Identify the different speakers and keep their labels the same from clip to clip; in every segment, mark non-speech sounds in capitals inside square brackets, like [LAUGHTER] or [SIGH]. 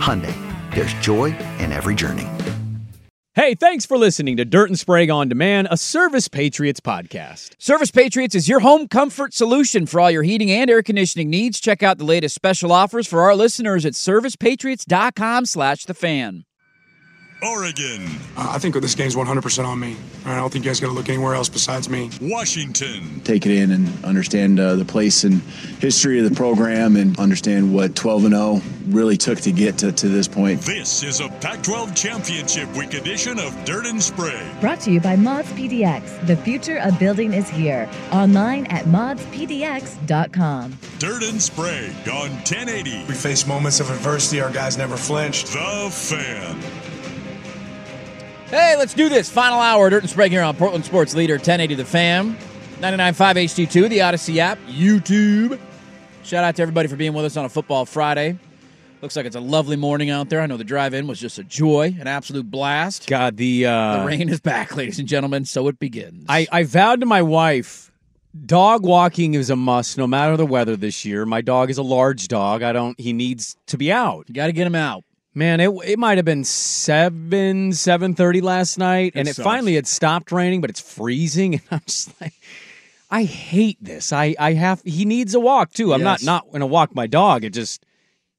Speaker 1: Hyundai, there's joy in every journey.
Speaker 2: Hey, thanks for listening to Dirt and Sprague on Demand, a Service Patriots podcast.
Speaker 3: Service Patriots is your home comfort solution for all your heating and air conditioning needs. Check out the latest special offers for our listeners at servicepatriots.com slash the fan.
Speaker 4: Oregon,
Speaker 5: Uh, I think this game's 100% on me. All right, I don't think you guys got to look anywhere else besides me.
Speaker 4: Washington,
Speaker 6: take it in and understand uh, the place and history of the program and understand what 12 and 0 really took to get to, to this point.
Speaker 4: this is a Pac 12 Championship Week edition of Dirt and Spray.
Speaker 7: Brought to you by Mods PDX. The future of building is here. Online at modspdx.com.
Speaker 4: Dirt and Spray on 1080.
Speaker 5: We faced moments of adversity. Our guys never flinched.
Speaker 4: The Fan.
Speaker 3: Hey, let's do this. Final hour, Dirt and Sprague here on Portland Sports Leader 1080 The Fam, 99.5 HD2, the Odyssey app, YouTube. Shout out to everybody for being with us on a Football Friday. Looks like it's a lovely morning out there. I know the drive-in was just a joy, an absolute blast.
Speaker 2: God, the uh,
Speaker 3: the rain is back, [LAUGHS] ladies and gentlemen, so it begins.
Speaker 2: I, I vowed to my wife, dog walking is a must no matter the weather this year. My dog is a large dog. I don't, he needs to be out.
Speaker 3: you got to get him out.
Speaker 2: Man, it, it might have been 7, 7.30 last night, and it
Speaker 3: sucks.
Speaker 2: finally had stopped raining, but it's freezing, [LAUGHS] and I'm just like, I hate this. I, I have, he needs a walk, too. I'm
Speaker 3: Yes.
Speaker 2: not, not going to walk my dog. It just,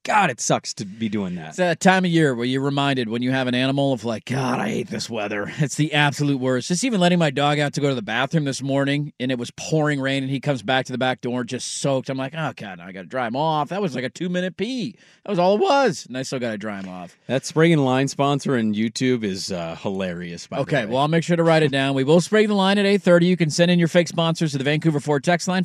Speaker 2: God, it sucks to be doing that.
Speaker 3: It's that time of year where you're reminded when you have an animal of like, God, I hate this weather. [LAUGHS] It's the absolute worst. Just even letting my dog out to go to the bathroom this morning and it was pouring rain and he comes back to the back door just soaked. I'm like, oh God, now I gotta dry him off. That was like a two minute pee. That was all it was. And I still gotta dry him off.
Speaker 2: That spring and line sponsor in YouTube is uh, hilarious. By
Speaker 3: Okay,
Speaker 2: the way.
Speaker 3: well, I'll make sure to write it down. We will spray the line at 8.30. You can send in your fake sponsors to the Vancouver Ford text line,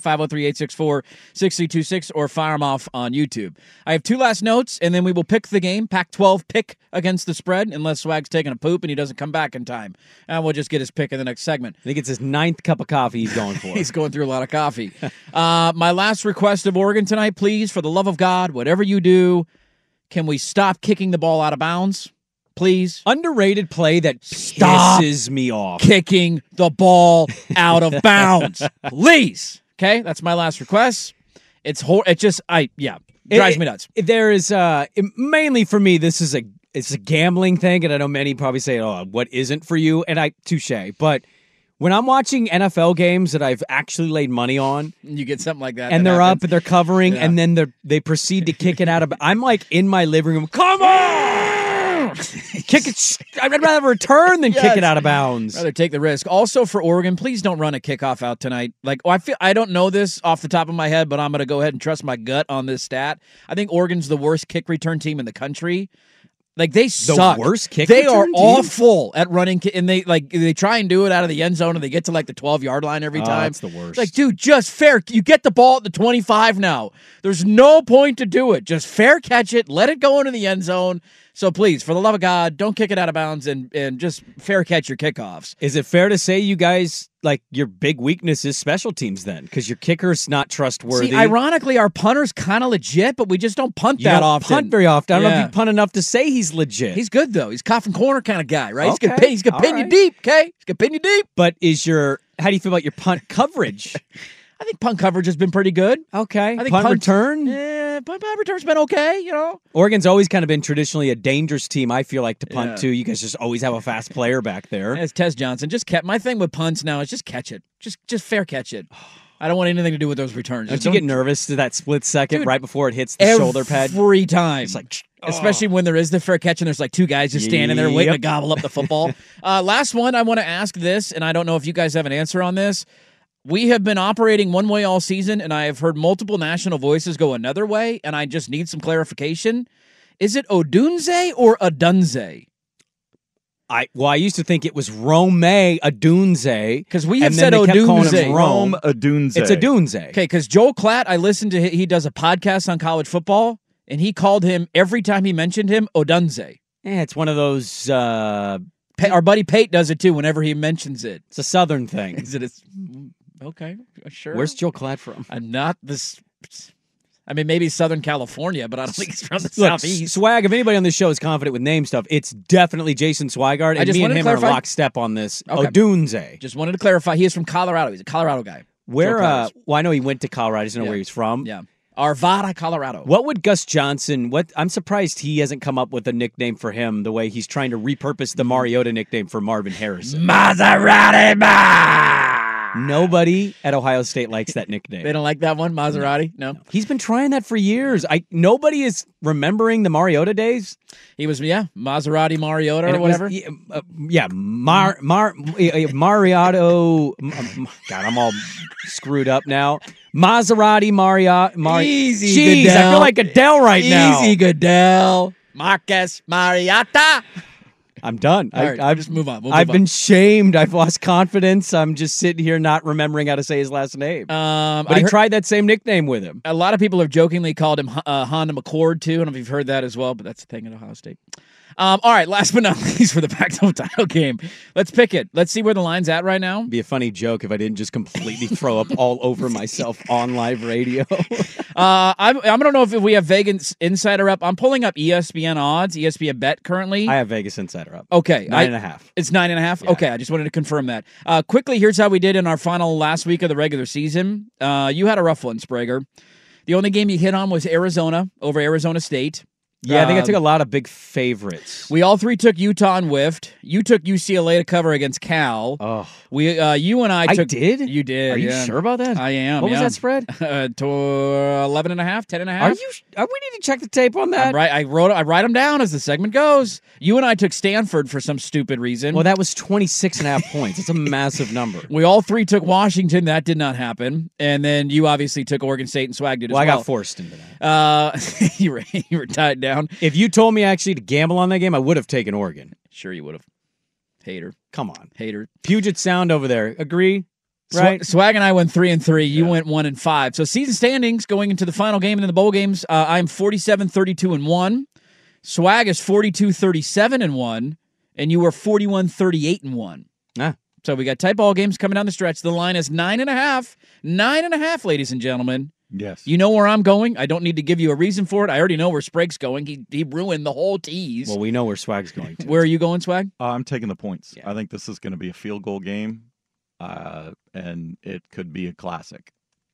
Speaker 3: 503-864-6326, or fire them off on YouTube. I have two last notes, and then we will pick the game, Pac-12 pick against the spread, unless Swag's taking a poop and he doesn't come back in time. And we'll just get his pick in the next segment.
Speaker 2: I think it's his ninth cup of coffee he's going for.
Speaker 3: [LAUGHS] He's going through a lot of coffee. [LAUGHS] uh, my last request of Oregon tonight, please, for the love of God, whatever you do, can we stop kicking the ball out of bounds? Please.
Speaker 2: Underrated play that
Speaker 3: Stop.
Speaker 2: pisses me off.
Speaker 3: kicking the ball out of bounds. Please. Okay, that's my last request. It's hor- it just I yeah, drives me nuts.
Speaker 2: It- there is uh, it- mainly for me. This is a it's a gambling thing, and I know many probably say, "Oh, what isn't for you?" And I touche, but. When I'm watching NFL games that I've actually laid money on,
Speaker 3: You get something like that.
Speaker 2: and
Speaker 3: that
Speaker 2: they're up
Speaker 3: happens.
Speaker 2: and they're covering,
Speaker 3: Yeah.
Speaker 2: and then they they proceed to kick it out of. I'm like in my living room. Come on, kick it! I'd rather return than kick
Speaker 3: Yes.
Speaker 2: it out of bounds.
Speaker 3: rather take the risk. Also for Oregon, please don't run a kickoff out tonight. Like oh, I feel I don't know this off the top of my head, but I'm going to go ahead and trust my gut on this stat. I think Oregon's the worst kick return team in the country. Like they suck.
Speaker 2: worst kick
Speaker 3: They
Speaker 2: return
Speaker 3: are
Speaker 2: team?
Speaker 3: awful at running, ki- and they like they try and do it out of the end zone, and they get to like the twelve yard line every
Speaker 2: Oh,
Speaker 3: time.
Speaker 2: that's the worst.
Speaker 3: It's Like, dude, just fair. You get the ball at the twenty five now. There's no point to do it. Just fair catch it, let it go into the end zone. So please, for the love of God, don't kick it out of bounds and and just fair catch your kickoffs.
Speaker 4: Is it fair to say you guys like your big weakness is special teams then? Because your kicker's not trustworthy.
Speaker 3: See, ironically, our punter's kind of legit, but we just don't punt
Speaker 4: you
Speaker 3: that
Speaker 4: don't
Speaker 3: often.
Speaker 4: punt very often. I don't know
Speaker 3: Yeah.
Speaker 4: if you punt enough to say he's legit.
Speaker 3: He's good though. He's coffin corner kind of guy, right? He's gonna
Speaker 4: Okay.
Speaker 3: pin, he's gonna
Speaker 4: All
Speaker 3: pin you
Speaker 4: right.
Speaker 3: deep. Okay, he's gonna pin you deep.
Speaker 4: but is your how do you feel about your punt
Speaker 3: [LAUGHS]
Speaker 4: coverage?
Speaker 3: I think punt coverage has been pretty good.
Speaker 4: okay,
Speaker 3: I think
Speaker 4: punt
Speaker 3: punt-
Speaker 4: return.
Speaker 3: Yeah, punt, punt return's been okay. You know,
Speaker 4: Oregon's always kind of been traditionally a dangerous team. I feel like to punt
Speaker 3: Yeah.
Speaker 4: to. You guys just always have a fast player back there.
Speaker 3: as Tez Johnson just kept my thing with punts now is just catch it, just just fair catch it. I don't want anything to do with those returns.
Speaker 4: Don't
Speaker 3: Just
Speaker 4: you get nervous to that split second
Speaker 3: Dude,
Speaker 4: right before it hits the shoulder pad?
Speaker 3: every time.
Speaker 4: It's like, oh.
Speaker 3: especially when there is the fair catch and there's like two guys just standing there waiting to
Speaker 4: Yep.
Speaker 3: gobble up the
Speaker 4: [LAUGHS]
Speaker 3: football. uh, last one, I want to ask this, and I don't know if you guys have an answer on this. We have been operating one way all season, and I have heard multiple national voices go another way, and I just need some clarification. Is it Odunze or Adunze?
Speaker 4: I well, I used to think it was Rome Adunze
Speaker 3: Because we have
Speaker 4: And then
Speaker 3: said
Speaker 4: they kept calling
Speaker 3: Odunze.
Speaker 4: him Rome.
Speaker 6: Adunze.
Speaker 4: It's Adunze.
Speaker 3: Okay, because Joel Klatt, I listened to hi- he does a podcast on college football, and he called him every time he mentioned him Odunze.
Speaker 4: Yeah, it's one of those. Uh,
Speaker 3: Pa- our buddy Pate does it too whenever he mentions it.
Speaker 4: it's a southern thing.
Speaker 3: [LAUGHS] Is it a, okay? uh, Sure.
Speaker 4: Where's Joe Clad from?
Speaker 3: I'm not this. I mean, maybe Southern California, but I don't think it's from the
Speaker 4: Look,
Speaker 3: southeast.
Speaker 4: Swag. If anybody on this show is confident with name stuff, it's definitely Jason Swigard. And
Speaker 3: I just
Speaker 4: me
Speaker 3: wanted
Speaker 4: and
Speaker 3: to
Speaker 4: him are
Speaker 3: clarify-
Speaker 4: lockstep on this.
Speaker 3: Okay.
Speaker 4: Odunze.
Speaker 3: Just wanted to clarify. He is from Colorado. He's a Colorado guy.
Speaker 4: Where?
Speaker 3: Joe Klatt
Speaker 4: Uh,
Speaker 3: is-
Speaker 4: well, I know he went to Colorado. I just don't know
Speaker 3: Yeah.
Speaker 4: where he's from.
Speaker 3: Yeah, Arvada, Colorado.
Speaker 4: What would Gus Johnson? What I'm surprised he hasn't come up with a nickname for him. The way he's trying to repurpose the Mariota nickname for Marvin Harrison.
Speaker 3: Maserati. Ma!
Speaker 4: Nobody at Ohio State likes that nickname.
Speaker 3: They don't like that one, Maserati. No.
Speaker 4: He's been trying that for years. I nobody is remembering the Mariota days
Speaker 3: he was yeah, Maserati Mariota
Speaker 4: And
Speaker 3: or
Speaker 4: it was-
Speaker 3: whatever.
Speaker 4: yeah, uh, yeah, Mar Mar eh, eh, Mariotto. m- um, God, I'm all screwed up now. Maserati Mariot Mar.
Speaker 3: Easy,
Speaker 4: Jeez, I feel
Speaker 3: Goodell.
Speaker 4: like Adele right now.
Speaker 3: Easy Goodell, Marcus Mariota.
Speaker 4: I'm done.
Speaker 3: All right,
Speaker 4: I, I've
Speaker 3: just move on. We'll
Speaker 4: I've
Speaker 3: move on.
Speaker 4: been shamed. I've lost confidence. I'm just sitting here not remembering how to say his last name.
Speaker 3: Um,
Speaker 4: but
Speaker 3: I
Speaker 4: he
Speaker 3: heard-
Speaker 4: tried that same nickname with him.
Speaker 3: a lot of people have jokingly called him uh, Honda McCord too. I don't know if you've heard that as well, but that's the thing at Ohio State. Um, all right, last but not [LAUGHS] least for the Pac-12 title game, let's pick it. Let's see where the line's at right now.
Speaker 4: It'd be a funny joke if I didn't just
Speaker 3: [LAUGHS]
Speaker 4: completely throw up all over myself on live radio.
Speaker 3: Uh, I'm, I don't know if we have Vegas Insider up. I'm pulling up E ESPN odds, ESPN bet currently.
Speaker 4: I have Vegas Insider up.
Speaker 3: okay,
Speaker 4: nine and
Speaker 3: I-
Speaker 4: a half.
Speaker 3: It's nine and a half. Okay, I just wanted to confirm that. Uh, quickly, here's how we did in our final last week of the regular season. Uh, you had a rough one, Sprager. The only game you hit on was Arizona over Arizona State.
Speaker 4: Yeah, I think I
Speaker 3: Um,
Speaker 4: took a lot of big favorites.
Speaker 3: We all three took Utah and whiffed. You took UCLA to cover against Cal.
Speaker 4: oh,
Speaker 3: We, uh, you and I,
Speaker 4: I
Speaker 3: took.
Speaker 4: did?
Speaker 3: You did.
Speaker 4: Are you
Speaker 3: yeah.
Speaker 4: sure about that?
Speaker 3: I am.
Speaker 4: What was
Speaker 3: yeah.
Speaker 4: that spread?
Speaker 3: [LAUGHS] Uh, to 11 and a half, 10 and a half.
Speaker 4: Are you? Are, Uh, we need to check the tape on
Speaker 3: I'm
Speaker 4: that.
Speaker 3: right. I wrote. I write them down as the segment goes. You and I took Stanford for some stupid reason.
Speaker 4: Well, that was 26 and a half points. It's a massive number.
Speaker 3: we all three took Washington. That did not happen. And then you obviously took Oregon State and Swag did
Speaker 4: [LAUGHS] Well, I
Speaker 3: as well.
Speaker 4: got forced into that.
Speaker 3: I got four. Uh, [LAUGHS] you were you were tied down.
Speaker 4: If you told me actually to gamble on that game, I would have taken Oregon.
Speaker 3: Sure, you would have. Hater,
Speaker 4: Come on,
Speaker 3: hater.
Speaker 4: Puget Sound over there. Agree,
Speaker 3: Swa-
Speaker 4: right?
Speaker 3: Swag and I went three and three. You went one and five. So season standings going into the final game and then the bowl games. Uh, I'm 47, 32 and one. Swag is 42, 37 and one. And you were 41, 38 and one.
Speaker 4: Ah.
Speaker 3: So we got tight ball games coming down the stretch. The line is nine and a half. Nine and a half, ladies and gentlemen.
Speaker 6: Yes.
Speaker 3: You know where I'm going. I don't need to give you a reason for it. I already know where Sprague's going. He, he ruined the whole tease.
Speaker 4: well, we know where Swag's going to.
Speaker 3: where are you going, Swag?
Speaker 6: Uh, I'm taking the points. I think this is going to be a field goal game, uh, and it could be a classic.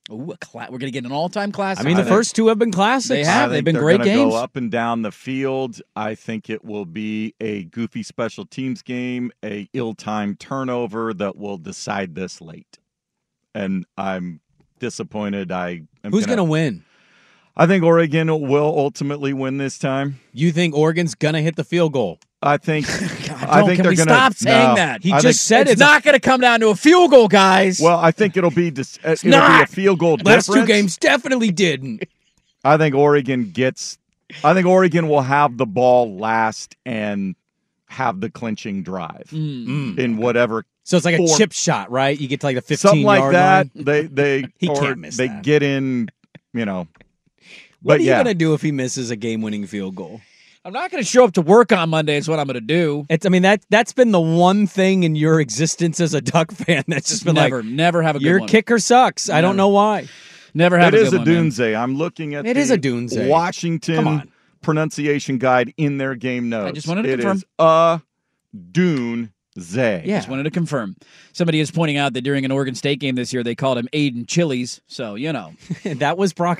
Speaker 3: Ooh, a cla- we're going to get an all time class.
Speaker 4: I mean, the
Speaker 6: I think-
Speaker 4: first two have been classics.
Speaker 3: They have.
Speaker 6: I
Speaker 3: They've
Speaker 6: think
Speaker 3: been
Speaker 6: they're
Speaker 3: great
Speaker 6: gonna
Speaker 3: games.
Speaker 6: Go up and down the field. I think it will be a goofy special teams game, a ill-timed turnover that will decide this late. And I'm disappointed. I am
Speaker 4: Who's
Speaker 6: gonna-
Speaker 4: going to win?
Speaker 6: I think Oregon will ultimately win this time.
Speaker 4: You think Oregon's going to hit the field goal?
Speaker 3: [LAUGHS]
Speaker 6: I think. I
Speaker 3: Joel,
Speaker 6: think
Speaker 3: can
Speaker 6: they're
Speaker 3: we
Speaker 6: gonna
Speaker 3: stop saying
Speaker 6: no.
Speaker 3: that?
Speaker 4: He
Speaker 6: I
Speaker 4: just
Speaker 6: think-
Speaker 4: said
Speaker 3: it's,
Speaker 4: it's
Speaker 3: not going to come down to a field goal, guys.
Speaker 6: Well, I think it'll be dis- it'll be a
Speaker 3: not.
Speaker 6: field goal difference.
Speaker 4: Last two games definitely didn't.
Speaker 6: I think Oregon gets. I think Oregon will have the ball last and have the clinching drive
Speaker 4: Hmm.
Speaker 6: in whatever
Speaker 4: So it's like a
Speaker 6: Four.
Speaker 4: chip shot, right? You get to like the 15
Speaker 6: something like
Speaker 4: yard
Speaker 6: that.
Speaker 4: line.
Speaker 6: [LAUGHS] They they
Speaker 3: [LAUGHS]
Speaker 4: He
Speaker 6: or
Speaker 4: can't miss
Speaker 6: They
Speaker 4: that.
Speaker 6: get in. You know,
Speaker 4: What
Speaker 6: But
Speaker 4: are you
Speaker 6: yeah.
Speaker 4: gonna do if he misses a game-winning field goal?
Speaker 3: I'm not going to show up to work on Monday. Is what I'm going to do.
Speaker 6: It's, I mean that that's been the one thing in your existence as a Duck [LAUGHS] fan that's just been
Speaker 3: never,
Speaker 6: like
Speaker 3: never have a good
Speaker 6: your
Speaker 3: one.
Speaker 6: kicker sucks. I don't know why.
Speaker 3: Never have
Speaker 4: That
Speaker 3: a
Speaker 4: is
Speaker 3: good
Speaker 4: a
Speaker 3: one, man.
Speaker 4: doomsday. I'm looking at
Speaker 6: It
Speaker 4: the
Speaker 6: is a doomsday.
Speaker 4: Washington
Speaker 6: Come on.
Speaker 4: pronunciation guide in their game notes.
Speaker 3: just wanted to
Speaker 4: It
Speaker 3: confirm.
Speaker 4: is a doomsday.
Speaker 6: Yeah.
Speaker 3: Just wanted to confirm. Somebody is pointing out that during an Oregon State game this year, they called him Aiden Chili's. So you know,
Speaker 6: that was Brock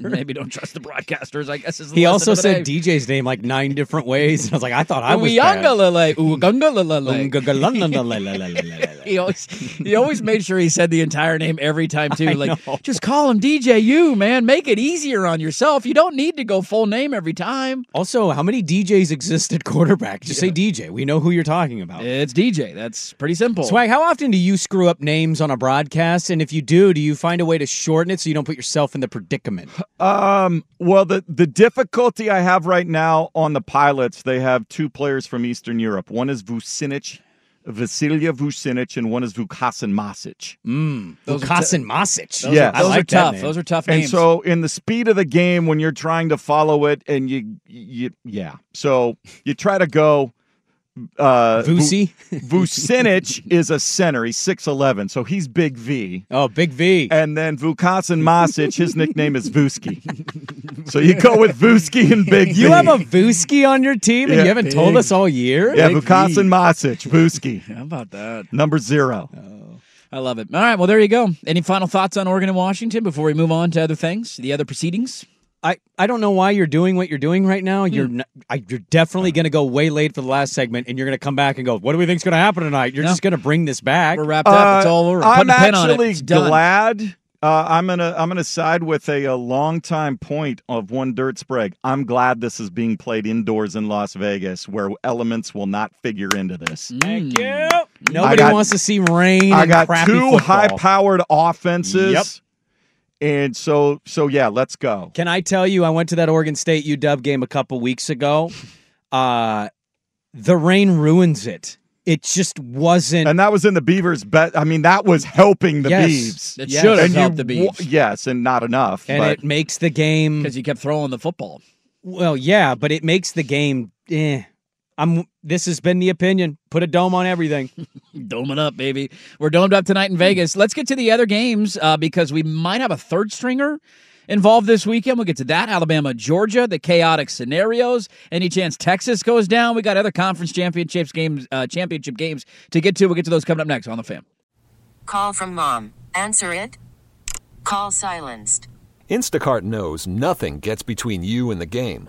Speaker 3: [LAUGHS] maybe don't trust the broadcasters. I guess is the
Speaker 6: He
Speaker 3: lesson
Speaker 6: also
Speaker 3: of the
Speaker 6: said
Speaker 3: day.
Speaker 6: DJ's name like nine different ways, and I was like, I thought I was bad.
Speaker 3: Uyangalalay, ugangalalay. [LAUGHS]
Speaker 6: Ungagalalalalalalalala.
Speaker 3: He always, he always made sure he said the entire name every time too.
Speaker 6: [LAUGHS] I
Speaker 3: like,
Speaker 6: know.
Speaker 3: just call him DJU, man. Make it easier on yourself. You don't need to go full name every time.
Speaker 6: also, how many DJs exist at quarterback? Just say DJ. We know who you're talking about.
Speaker 3: It's DJ. That's pretty simple.
Speaker 6: Swag, how often do you screw up names on a broadcast? And if you do, do you find a way to shorten it so you don't put yourself in
Speaker 3: [LAUGHS]
Speaker 6: the predicament?
Speaker 4: Um, well, the, the difficulty I have right now on the pilots, they have two players from Eastern Europe. One is Vucinic, Vasilija Vucinic, and one is Vukasin Masic.
Speaker 6: Vukasin Masic.
Speaker 4: Yeah.
Speaker 3: Those
Speaker 6: I like
Speaker 3: are tough.
Speaker 6: That name.
Speaker 3: Those are tough
Speaker 4: And
Speaker 3: names.
Speaker 4: so, uh, in the speed of the game, when you're trying to follow it, and you, you yeah, so you try to [LAUGHS] go. Uh, Vu-
Speaker 6: Vusi?
Speaker 4: Vucinic is a center. He's six eleven, so he's big V.
Speaker 6: Oh, Big V.
Speaker 4: [LAUGHS] And then Vukasin Masic, his nickname is Vuski. so you go with Vuski and Big [LAUGHS] V.
Speaker 6: You have a Vuski on your team and
Speaker 4: Yeah.
Speaker 6: you haven't told us all year?
Speaker 4: Yeah,
Speaker 6: Big
Speaker 4: Vukasin Masic, Vuski,
Speaker 3: how about that?
Speaker 4: number zero.
Speaker 3: I love it. All right. Well, there you go. Any final thoughts on Oregon and Washington before we move on to other things, the other proceedings? Hmm.
Speaker 6: I, I don't know why you're doing what you're doing right now. You're n I you're definitely going to go way late for the last segment, and you're going to come back and go, "What do we think's going to happen tonight?" You're
Speaker 3: No.
Speaker 6: just going to bring this back.
Speaker 3: We're wrapped up. It's
Speaker 4: Uh,
Speaker 3: all over. We're
Speaker 4: I'm
Speaker 3: putting a pin on it.
Speaker 4: actually
Speaker 3: It's done.
Speaker 4: glad. Uh, I'm gonna I'm gonna side with a, a long time point of one dirt sprague. I'm glad this is being played indoors in Las Vegas, where elements will not figure into this.
Speaker 3: Hmm.
Speaker 6: Thank you. Nobody
Speaker 4: got-
Speaker 6: wants to see rain.
Speaker 4: I
Speaker 6: and
Speaker 4: got
Speaker 6: crappy
Speaker 4: two
Speaker 6: football.
Speaker 4: high powered offenses.
Speaker 6: Yep.
Speaker 4: And so so yeah, let's go.
Speaker 6: Can I tell you? I went to that Oregon State UW game a couple
Speaker 4: [LAUGHS]
Speaker 6: weeks ago. Uh, the rain ruins it. It just wasn't.
Speaker 4: And that was in the Beavers bet. I mean, that was helping the
Speaker 6: Yes.
Speaker 4: Beavs.
Speaker 3: It
Speaker 6: Yes.
Speaker 3: should have
Speaker 6: And
Speaker 4: you
Speaker 3: helped the
Speaker 4: wa-
Speaker 3: Beavs
Speaker 4: yes, and not enough.
Speaker 6: and
Speaker 4: but
Speaker 6: it makes the game.
Speaker 3: because you kept throwing the football.
Speaker 6: Well, yeah, but it makes the game. Eh. I'm. This has been the opinion. Put a dome on
Speaker 3: [LAUGHS]
Speaker 6: everything.
Speaker 3: Dome it up, baby. We're domed up tonight in Vegas. Let's get to the other games uh, because we might have a third stringer involved this weekend. We'll get to that. Alabama, Georgia, the chaotic scenarios. Any chance Texas goes down? We got other conference championships games, uh, championship games to get to. We'll get to those coming up next on the fam.
Speaker 8: Call from mom. Answer it. Call silenced.
Speaker 9: Instacart knows nothing gets between you and the game.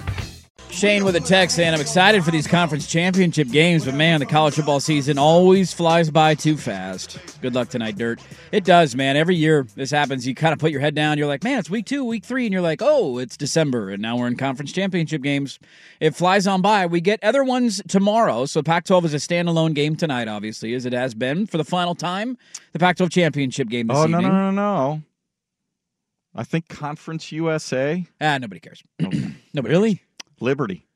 Speaker 3: Shane with a text saying, I'm excited for these conference championship games, but man, the college football season always flies by too fast. Good luck tonight, Dirt. It does, man. Every year this happens. You kind of put your head down. You're like, man, it's week two, week three. And you're like, oh, it's December. And now we're in conference championship games. It flies on by. We get other ones tomorrow. So Pac 12 is a standalone game tonight, obviously, as it has been for the final time. The Pac 12 championship game this
Speaker 4: oh no
Speaker 3: evening.
Speaker 4: no no no. I think Conference USA
Speaker 3: Ah, nobody cares.
Speaker 4: Okay.
Speaker 3: Nobody really?
Speaker 4: Liberty.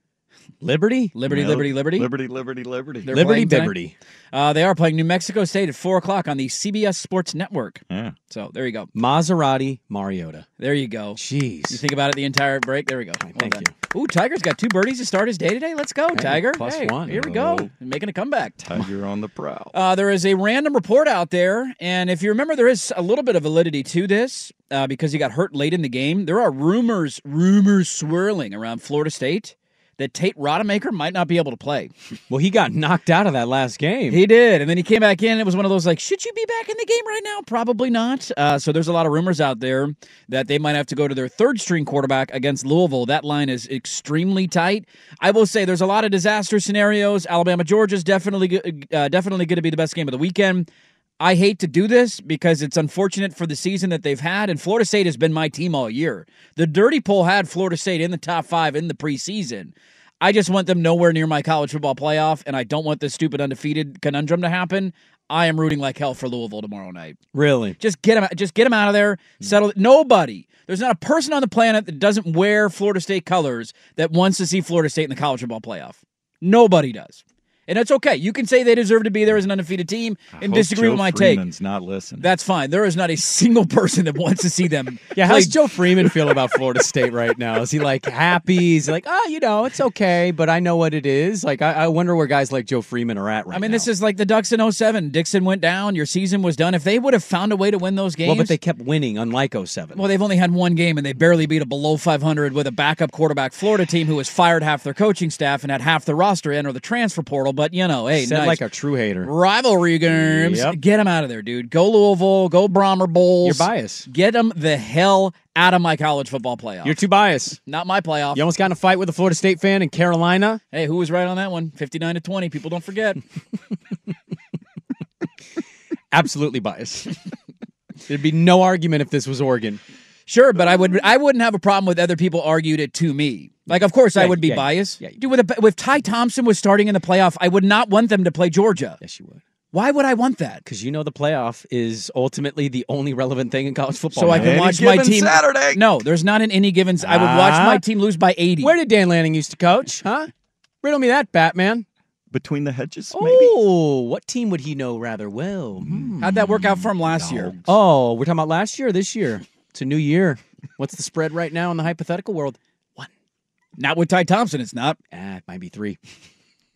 Speaker 6: Liberty?
Speaker 3: Liberty,
Speaker 5: Well,
Speaker 3: Liberty, Liberty.
Speaker 5: Liberty, Liberty, Liberty.
Speaker 3: They're
Speaker 6: Liberty
Speaker 3: playing tonight.
Speaker 6: Bibberty.
Speaker 3: Uh, they are playing New Mexico State at 4 o'clock on the CBS Sports Network.
Speaker 5: Yeah.
Speaker 3: So there you go.
Speaker 6: Maserati Mariota.
Speaker 3: There you go.
Speaker 6: Jeez.
Speaker 3: You think about it the entire break. There we go.
Speaker 6: thank
Speaker 3: you. Ooh, Tiger's got two birdies to start his day today. Let's go,
Speaker 6: Hey,
Speaker 3: Tiger.
Speaker 6: plus
Speaker 3: Hey,
Speaker 6: one.
Speaker 3: Here we go.
Speaker 5: Oh.
Speaker 3: Making a comeback.
Speaker 5: Tiger on the prowl.
Speaker 3: Uh, there is a random report out there, and if you remember, there is a little bit of validity to this uh, because he got hurt late in the game. There are rumors, rumors swirling around Florida State that Tate Rodemaker might not be able to play.
Speaker 6: Well, he got knocked out of that last game.
Speaker 3: He did, and then he came back in. It was one of those like, should you be back in the game right now? Probably not. Uh, so there's a lot of rumors out there that they might have to go to their third string quarterback against Louisville. That line is extremely tight. I will say there's a lot of disaster scenarios. Alabama Georgia's definitely go- uh, definitely going to be the best game of the weekend. I hate to do this because it's unfortunate for the season that they've had, and Florida State has been my team all year. The Dirty Poll had Florida State in the top five in the preseason. I just want them nowhere near my college football playoff, and I don't want this stupid undefeated conundrum to happen. I am rooting like hell for Louisville tomorrow night.
Speaker 6: Really?
Speaker 3: Just get him, just get him out of there.
Speaker 5: Hmm.
Speaker 3: Settle. Nobody. There's not a person on the planet that doesn't wear Florida State colors that wants to see Florida State in the college football playoff. Nobody does, and that's okay. You can say they deserve to be there as an undefeated team and
Speaker 5: Hope
Speaker 3: disagree
Speaker 5: Joe
Speaker 3: with my take.
Speaker 5: Freeman's not listening.
Speaker 3: That's fine. There is not a single person that wants to see them.
Speaker 6: [LAUGHS] Yeah,
Speaker 3: play
Speaker 6: how's Joe Freeman feel about Florida State right now? Is he like happy? Is he like, oh, you know, it's okay, but I know what it is. Like, I, I wonder where guys like Joe Freeman are at right now.
Speaker 3: I mean, this is like the Ducks in 07. Dixon went down. Your season was done. If they would have found a way to win those games.
Speaker 6: Well, but they kept winning, unlike 07.
Speaker 3: Well, they've only had one game and they barely beat a below 500 with a backup quarterback Florida team who has fired half their coaching staff and had half the roster enter the transfer portal. But, you know, hey,
Speaker 6: Said
Speaker 3: nice.
Speaker 6: like a true hater.
Speaker 3: rivalry games.
Speaker 6: Yep.
Speaker 3: Get them out of there, dude. Go Louisville. Go Brommer Bowls.
Speaker 6: You're biased.
Speaker 3: Get them the hell out of my college football playoff.
Speaker 6: You're too biased.
Speaker 3: Not my playoff.
Speaker 6: You almost got in a fight with a Florida State fan in Carolina.
Speaker 3: Hey, who was right on that one? 59 to 20. People don't forget.
Speaker 6: [LAUGHS] Absolutely biased. There'd be no argument if this was Oregon.
Speaker 3: Sure, but I would I wouldn't have a problem with other people argued it to me. Like, of course, I
Speaker 6: Yeah,
Speaker 3: would be
Speaker 6: yeah,
Speaker 3: biased.
Speaker 6: yeah.
Speaker 3: Dude, with a, if Ty Thompson was starting in the playoff, I would not want them to play Georgia.
Speaker 6: Yes, you would.
Speaker 3: Why would I want that?
Speaker 6: Because you know the playoff is ultimately the only relevant thing in college football.
Speaker 3: So I
Speaker 6: now.
Speaker 3: can
Speaker 5: Any
Speaker 3: watch my
Speaker 5: given
Speaker 3: team.
Speaker 5: Saturday.
Speaker 3: No, there's not in any given. I would watch
Speaker 6: Ah.
Speaker 3: my team lose by 80.
Speaker 6: Where did Dan Lanning used to coach? Huh? Riddle me that, Batman.
Speaker 5: Between the hedges, maybe.
Speaker 6: Oh, what team would he know rather well? Hmm.
Speaker 3: How'd that work out for him last year?
Speaker 6: Oh, we're talking about last year or this year? It's a new year. What's the spread right now in the hypothetical world?
Speaker 3: Not with Ty Thompson, it's not.
Speaker 6: Ah, it might be three.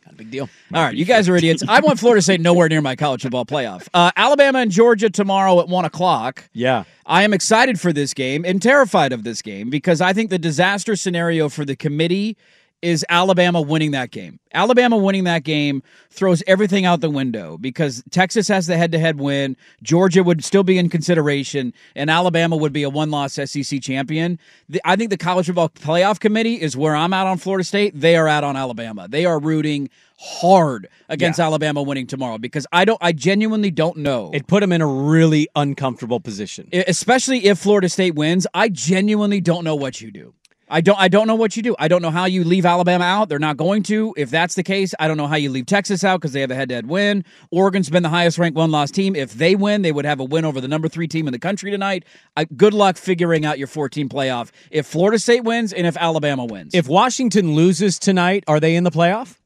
Speaker 6: Not a big deal.
Speaker 3: All right, you guys are idiots. I want Florida State nowhere near my college football playoff. Uh, Alabama and Georgia tomorrow at 1 o'clock.
Speaker 6: Yeah.
Speaker 3: I am excited for this game and terrified of this game because I think the disaster scenario for the committee is Alabama winning that game. Alabama winning that game throws everything out the window because Texas has the head to head win. Georgia would still be in consideration, and Alabama would be a one loss SEC champion. The, I think the College Football Playoff Committee is where I'm out on Florida State. They are out on Alabama. They are rooting hard against Alabama winning tomorrow because I don't, I genuinely don't know
Speaker 6: It put him in a really uncomfortable position.
Speaker 3: e, especially if Florida State wins, I genuinely don't know what you do. I don't I don't know what you do. I don't know how you leave Alabama out. They're not going to. If that's the case, I don't know how you leave Texas out because they have a head-to-head win. Oregon's been the highest ranked one-loss team. If they win, they would have a win over the number 3 team in the country tonight. I, good luck figuring out your 14 playoff. If Florida State wins and if Alabama wins.
Speaker 6: If Washington loses tonight, are they in the playoff?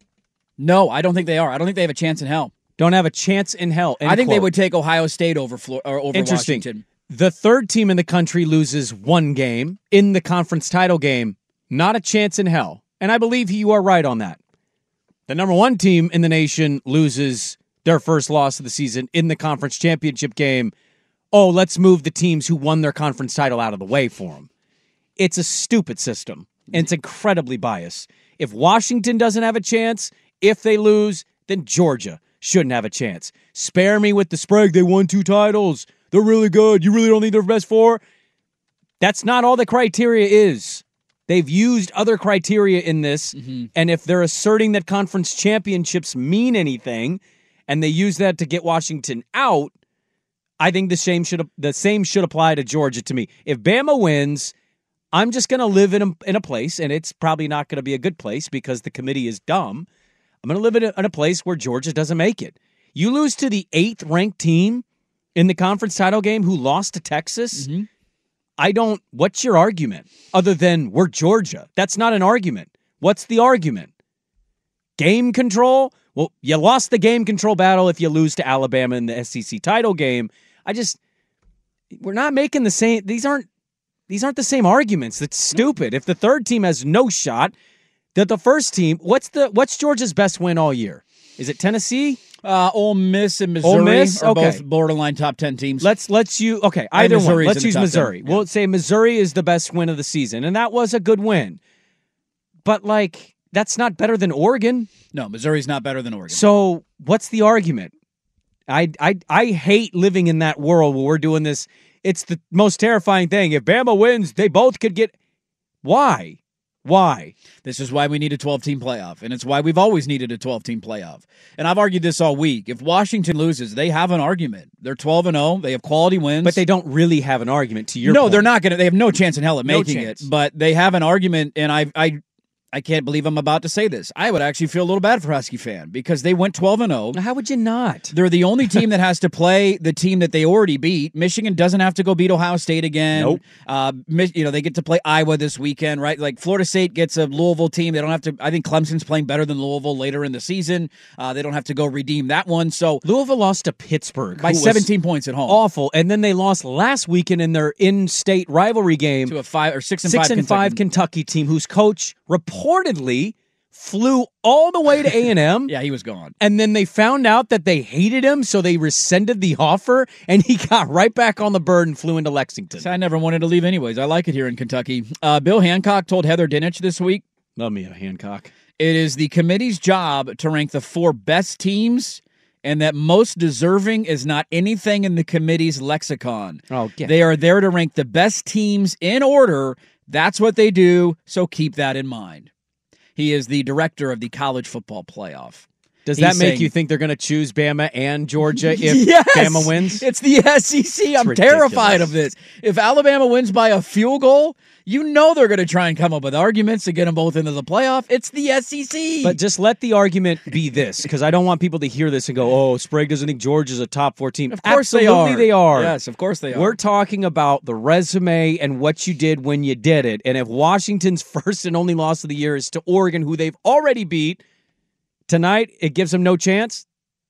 Speaker 3: no, I don't think they are. I don't think they have a chance in hell.
Speaker 6: Don't have a chance in hell. End
Speaker 3: I think they
Speaker 6: quote.
Speaker 3: would take Ohio State over Flor- or over
Speaker 6: Interesting.
Speaker 3: Washington.
Speaker 6: The third team in the country loses one game in the conference title game. Not a chance in hell. And I believe you are right on that. The number one team in the nation loses their first loss of the season in the conference championship game. Oh, let's move the teams who won their conference title out of the way for them. It's a stupid system, and it's incredibly biased. If Washington doesn't have a chance, if they lose, then Georgia shouldn't have a chance. Spare me with the Sprague. They won two titles. They're really good. You really don't think they're best four? That's not all the criteria is. They've used other criteria in this, and if they're asserting that conference championships mean anything, and they use that to get Washington out, I think the same should the same should apply to Georgia to me. If Bama wins, I'm just going to live in a, in a place, and it's probably not going to be a good place because the committee is dumb. I'm going to live in a, in a place where Georgia doesn't make it. You lose to the eighth ranked team in the conference title game who lost to Texas. I don't. What's your argument other than we're Georgia? That's not an argument. What's the argument?
Speaker 3: Game control? Well, you lost the game control battle if you lose to Alabama in the SEC title game. I just we're not making the same these aren't these aren't the same arguments. That's stupid. If the third team has no shot, that the first team, what's the what's Georgia's best win all year? Is it Tennessee?
Speaker 2: Uh, Ole Miss and Missouri
Speaker 3: Ole Miss?
Speaker 2: are
Speaker 3: Okay.
Speaker 2: both borderline top ten teams.
Speaker 3: Let's let's you okay
Speaker 2: And
Speaker 3: either one.
Speaker 2: Missouri's in
Speaker 3: Let's
Speaker 2: the
Speaker 3: use
Speaker 2: top
Speaker 3: Missouri.
Speaker 2: ten,
Speaker 3: We'll say Missouri is the best win of the season, and that was a good win. But like that's not better than Oregon.
Speaker 2: no, Missouri's not better than Oregon.
Speaker 3: So what's the argument? I I I hate living in that world where we're doing this. It's the most terrifying thing. If Bama wins, they both could get. Why? Why?
Speaker 2: This is why we need a 12 team playoff, and it's why we've always needed a 12 team playoff. And I've argued this all week. If Washington loses, they have an argument. They're 12 and 0. They have quality wins.
Speaker 3: But they don't really have an argument to your.
Speaker 2: no,
Speaker 3: point.
Speaker 2: they're not going to. They have no chance in hell at
Speaker 3: No
Speaker 2: making
Speaker 3: chance.
Speaker 2: it. But they have an argument, and I, I, I can't believe I'm about to say this. I would actually feel a little bad for Husky fan because they went 12
Speaker 3: [LAUGHS]
Speaker 2: and 0.
Speaker 3: How would you not?
Speaker 2: They're the only team that has to play the team that they already beat. Michigan doesn't have to go beat Ohio State again.
Speaker 3: Nope.
Speaker 2: Uh, Mi- you know they get to play Iowa this weekend, right? Like Florida State gets a Louisville team. They don't have to. I think Clemson's playing better than Louisville later in the season. Uh, they don't have to go redeem that one. So
Speaker 3: Louisville lost to Pittsburgh
Speaker 2: by
Speaker 3: who was
Speaker 2: 17 points at home
Speaker 3: Awful, and then they lost last weekend in their in-state rivalry game
Speaker 2: to a five or six and
Speaker 3: six
Speaker 2: five.
Speaker 3: and five
Speaker 2: Kentucky.
Speaker 3: Kentucky team whose coach reportedly flew all the way to A and [LAUGHS] M.
Speaker 2: yeah, he was gone.
Speaker 3: And then they found out that they hated him, so they rescinded the offer, and he [LAUGHS] got right back on the bird and flew into Lexington.
Speaker 2: So I never wanted to leave anyways. I like it here in Kentucky. Uh, Bill Hancock told Heather Dinich this week
Speaker 3: Love me a Hancock.
Speaker 2: it is the committee's job to rank the four best teams and that most deserving is not anything in the committee's lexicon.
Speaker 3: Oh, get
Speaker 2: They are there to rank the best teams in order. That's what they do, so keep that in mind. He is the director of the college football playoff.
Speaker 3: Does
Speaker 2: He's
Speaker 3: that make
Speaker 2: saying-
Speaker 3: you think they're going to choose Bama and Georgia
Speaker 2: [LAUGHS]
Speaker 3: if
Speaker 2: Yes!
Speaker 3: Bama wins?
Speaker 2: It's the [LAUGHS] SEC. I'm terrified of this. If Alabama wins by a field goal, you know they're going to try and come up with arguments to get them both into the playoff. It's the E SEC.
Speaker 3: But just let the argument be this, because I don't want people to hear this and go, "Oh, Sprague doesn't think Georgia's a top four team."
Speaker 2: of course
Speaker 3: Absolutely
Speaker 2: they are.
Speaker 3: They are.
Speaker 2: Yes, of course they are.
Speaker 3: We're talking about the resume and what you did when you did it. And if Washington's [LAUGHS] first and only loss of the year is to Oregon, who they've already beat tonight, it gives them no chance.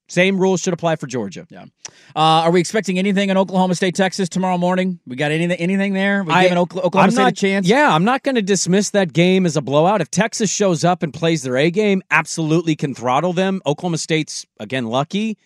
Speaker 3: Same rules should apply for Georgia.
Speaker 2: Uh, are we expecting anything in Oklahoma State, Texas tomorrow morning? We got anything anything there? We
Speaker 3: I-
Speaker 2: giving Okla- Oklahoma
Speaker 3: I'm
Speaker 2: State
Speaker 3: not-
Speaker 2: a chance?
Speaker 3: Yeah, I'm not going to dismiss that game as a blowout. If Texas shows up and plays their A game, absolutely can throttle them. Oklahoma State's again lucky,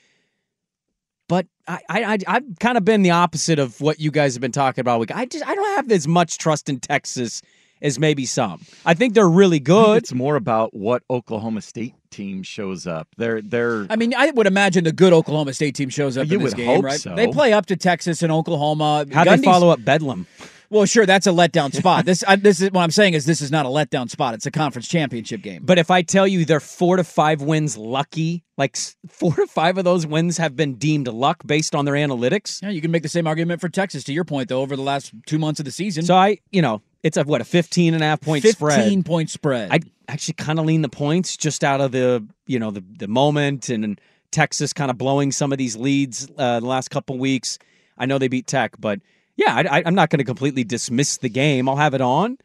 Speaker 3: but I, I, I I've kind of been the opposite of what you guys have been talking about. all Week, I just I don't have as much trust in Texas as maybe some. I think they're really good.
Speaker 4: It's more about what Oklahoma State team shows up. They're they're
Speaker 2: I mean, I would imagine the good Oklahoma State team shows up
Speaker 4: You
Speaker 2: in this
Speaker 4: would
Speaker 2: game,
Speaker 4: hope
Speaker 2: right?
Speaker 4: so.
Speaker 2: They play up to Texas and Oklahoma.
Speaker 3: How do they
Speaker 2: Gundy's-
Speaker 3: follow up Bedlam?
Speaker 2: Well, sure, that's
Speaker 3: [LAUGHS]
Speaker 2: a letdown spot. this I, this is what I'm saying is this is not a letdown spot. It's a conference championship game.
Speaker 3: But if I tell you they're four to five wins lucky, like s- four to five of those wins have been deemed luck based on their analytics.
Speaker 2: Yeah, you can make the same argument for Texas. To your point, though, over the last two months of the season,
Speaker 3: So I, you know, it's a what a 15 and a half point spread.
Speaker 2: point spread.
Speaker 3: I actually kind of lean the points just out of the, you know, the the moment and Texas kind of blowing some of these leads uh, the last couple weeks. I know they beat Tech, but yeah, I, I, I'm not going to completely dismiss the game. I'll have it on.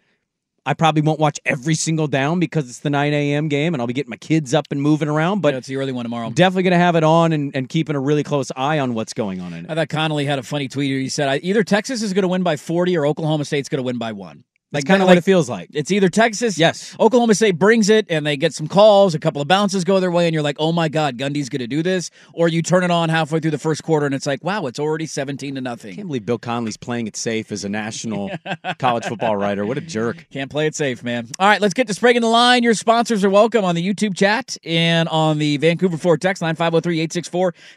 Speaker 3: I probably won't watch every single down because it's the 9 a.m. game, and I'll be getting my kids up and moving around.
Speaker 2: but
Speaker 3: But
Speaker 2: it's the early one tomorrow.
Speaker 3: definitely going to have it on and, and keeping a really close eye on what's going on in
Speaker 2: I
Speaker 3: it.
Speaker 2: thought Connolly had a funny tweet. He said I- either Texas is going to win by 40 or Oklahoma State's going to win by one.
Speaker 3: That's kind of what it feels like.
Speaker 2: It's either Texas,
Speaker 3: Yes.
Speaker 2: Oklahoma State brings it, and they get some calls. A couple of bounces go their way, and you're like, "Oh my God, Gundy's going to do this." Or you turn it on halfway through the first quarter, and it's like, "Wow, it's already 17 to nothing."
Speaker 3: can't believe Bill Conley's playing it safe as a national [LAUGHS] college football writer. What a jerk.
Speaker 2: Can't play it safe, man. All right, let's get to Sprague in the line. Your sponsors are welcome on the YouTube chat and on the Vancouver Ford text line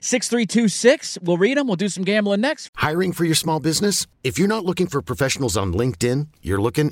Speaker 2: 503-864-6326. We'll read them. We'll do some gambling next.
Speaker 10: Hiring for your small business? If you're not looking for professionals on LinkedIn, you're looking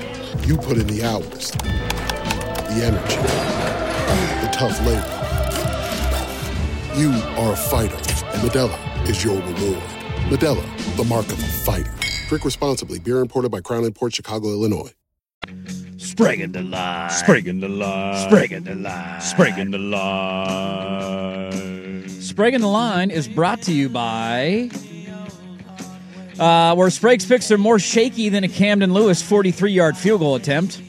Speaker 5: You put in the hours, the energy, the tough labor. You are a fighter, and Medela is your reward. Medela, the mark of a fighter. Drink responsibly. Beer imported by Crown Port Chicago, Illinois.
Speaker 2: Spring in the line.
Speaker 11: Spring in the line.
Speaker 2: Spring in the line.
Speaker 11: Spring in the line.
Speaker 2: Sprague in the Line is brought to you by uh, where Sprague's picks are more shaky than a Camden Lewis 43 yard field goal attempt.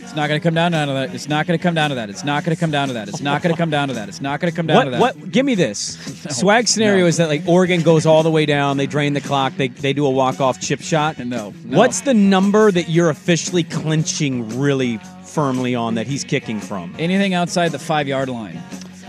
Speaker 2: It's not going to come down to that. It's not going to come down to that. It's not going to come down to that. It's not going to come down to that. It's not going to come down
Speaker 3: What?
Speaker 2: to that.
Speaker 3: What? Give me [LAUGHS] this. Swag scenario is that like Oregon goes all the way down, they drain the clock, they they do a walk off chip shot.
Speaker 2: No, no.
Speaker 3: What's the number that you're officially clinching really firmly on that he's kicking from?
Speaker 2: Anything outside the five yard line.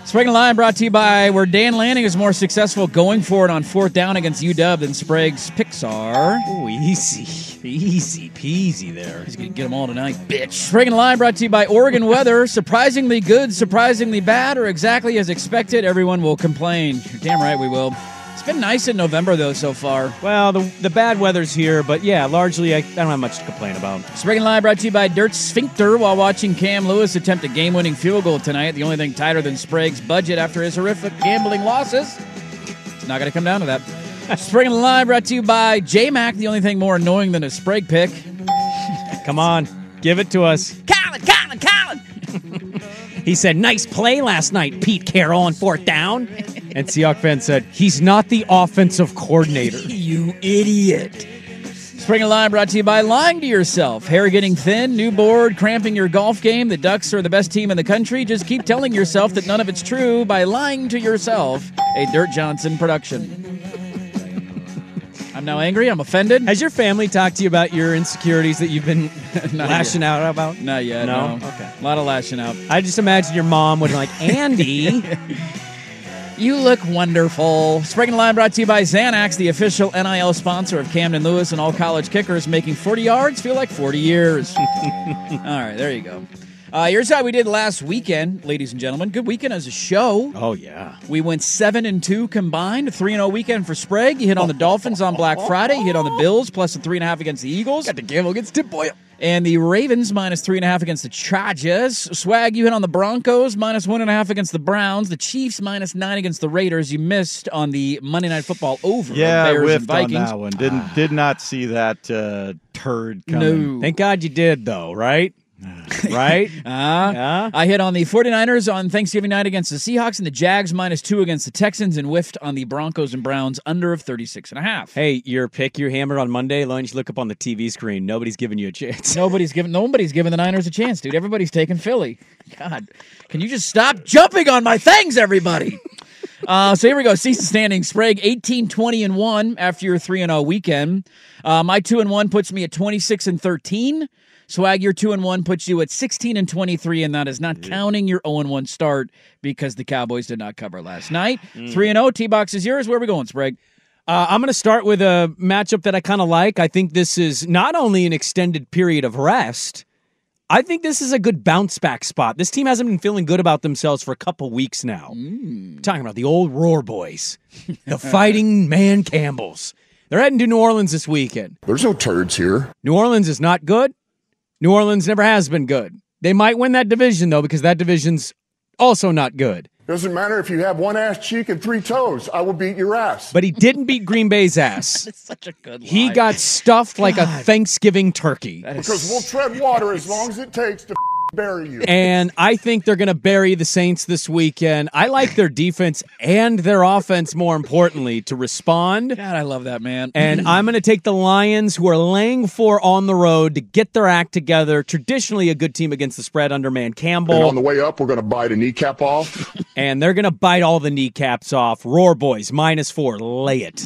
Speaker 2: Sprague and Line brought to you by where Dan Lanning is more successful going for it on fourth down against UW than Sprague's picks are.
Speaker 3: Ooh, easy. Easy peasy there.
Speaker 2: He's going to get them all tonight, bitch. Sprague and Line brought to you by Oregon Weather. Surprisingly good, surprisingly bad, or exactly as expected. Everyone will complain. You're damn right we will. It's been nice in November, though, so far.
Speaker 3: Well, the, the bad weather's here, but yeah, largely I, I don't have much to complain about.
Speaker 2: Sprague and Line brought to you by Dirt Sphincter while watching Cam Lewis attempt a game winning field goal tonight. The only thing tighter than Sprague's budget after his horrific gambling losses. It's not going to come down
Speaker 3: [LAUGHS]
Speaker 2: to that. Sprague and Line brought to you by JMac. The only thing more annoying than a Sprague pick.
Speaker 3: [LAUGHS] Come on, give it to us.
Speaker 2: Colin, Colin, Colin.
Speaker 3: [LAUGHS] He said, "Nice play last night, Pete Carroll on fourth
Speaker 2: [LAUGHS]
Speaker 3: down." And Seahawk fan said, "He's not the offensive coordinator."
Speaker 2: you idiot. Spring and Line brought to you by lying to yourself. Hair getting thin, new board, cramping your golf game. The Ducks are the best team in the country. Just keep telling yourself that none of it's true by lying to yourself. A Dirt Johnson production. I'm now angry. I'm offended.
Speaker 3: Has your family talked to you about your insecurities that you've been
Speaker 2: [LAUGHS] Not
Speaker 3: lashing
Speaker 2: yet.
Speaker 3: out about?
Speaker 2: Not yet. No.
Speaker 3: Okay.
Speaker 2: A lot of lashing out.
Speaker 3: I just imagine your mom would
Speaker 2: [LAUGHS]
Speaker 3: like, Andy,
Speaker 2: You look wonderful. Spring and Line brought to you by Xanax, the official NIL sponsor of Camden Lewis and all college kickers, making 40 yards feel like 40 years. all right, there you go. Uh, here's how we did last weekend, ladies and gentlemen. Good weekend as a show.
Speaker 3: Oh yeah,
Speaker 2: we went seven and two combined, three and zero weekend for Sprague. You hit on the Dolphins on Black Friday. You hit on the Bills plus a three and a half against the Eagles. Got
Speaker 3: the gamble against Tip Boyle.
Speaker 2: And the Ravens minus three and a half against the Chargers. Swag, you hit on the Broncos minus one and a half against the Browns. The Chiefs minus nine against the Raiders. You missed on the Monday Night Football over.
Speaker 4: Yeah, I
Speaker 2: Bears and
Speaker 4: whiffed on
Speaker 2: Vikings.
Speaker 4: that one. Didn't did not see that uh, turd coming.
Speaker 3: Thank God you did though,
Speaker 4: [SIGHS]
Speaker 3: right? right?
Speaker 2: [LAUGHS] Uh, [LAUGHS] I hit on the 49ers on Thanksgiving night against the Seahawks and the Jags minus two against the Texans and whiffed on the Broncos and Browns under of 36 and a half.
Speaker 3: Hey, your pick you hammered on Monday. Why don't you look up on the TV screen? Nobody's giving you a chance.
Speaker 2: [LAUGHS] Nobody's giving nobody's giving the Niners a chance, dude. Everybody's taking Philly. God, can you just stop jumping on my things, everybody? [LAUGHS] Uh, so here we go. Season standing. Sprague 18, 20, and 1 after your 3 and 0 weekend. Uh, my 2 and 1 puts me at 26 and 13. Swag, your 2 and 1 puts you at 16 and 23, and that is not counting your 0 and 1 start because the Cowboys did not cover last night. 3 and 0, T Box is yours. Where are we going, Sprague?
Speaker 3: Uh, I'm going to start with a matchup that I kind of like. I think this is not only an extended period of rest, I think this is a good bounce back spot. This team hasn't been feeling good about themselves for a couple weeks now. Talking about the old Roar Boys, the fighting man Campbells. They're heading to New Orleans this weekend.
Speaker 12: There's no turds here.
Speaker 3: New Orleans is not good. New Orleans never has been good. They might win that division, though, because that division's also not good.
Speaker 12: Doesn't matter if you have one ass cheek and three toes. I will beat your ass.
Speaker 3: But he didn't beat Green Bay's ass.
Speaker 2: such a good
Speaker 3: He got stuffed like a Thanksgiving turkey.
Speaker 12: Because we'll tread water as long as it takes to bury you.
Speaker 3: and I think they're going to bury the Saints this weekend. I like their defense and their offense, more importantly, to respond.
Speaker 2: God, I love that, man.
Speaker 3: And I'm going to take the Lions, who are laying four on the road, to get their act together. Traditionally, a good team against the spread under Man Campbell.
Speaker 12: And on the way up, we're going to bite a kneecap off.
Speaker 3: and they're going to bite all the kneecaps off. Roar boys, minus four. Lay it.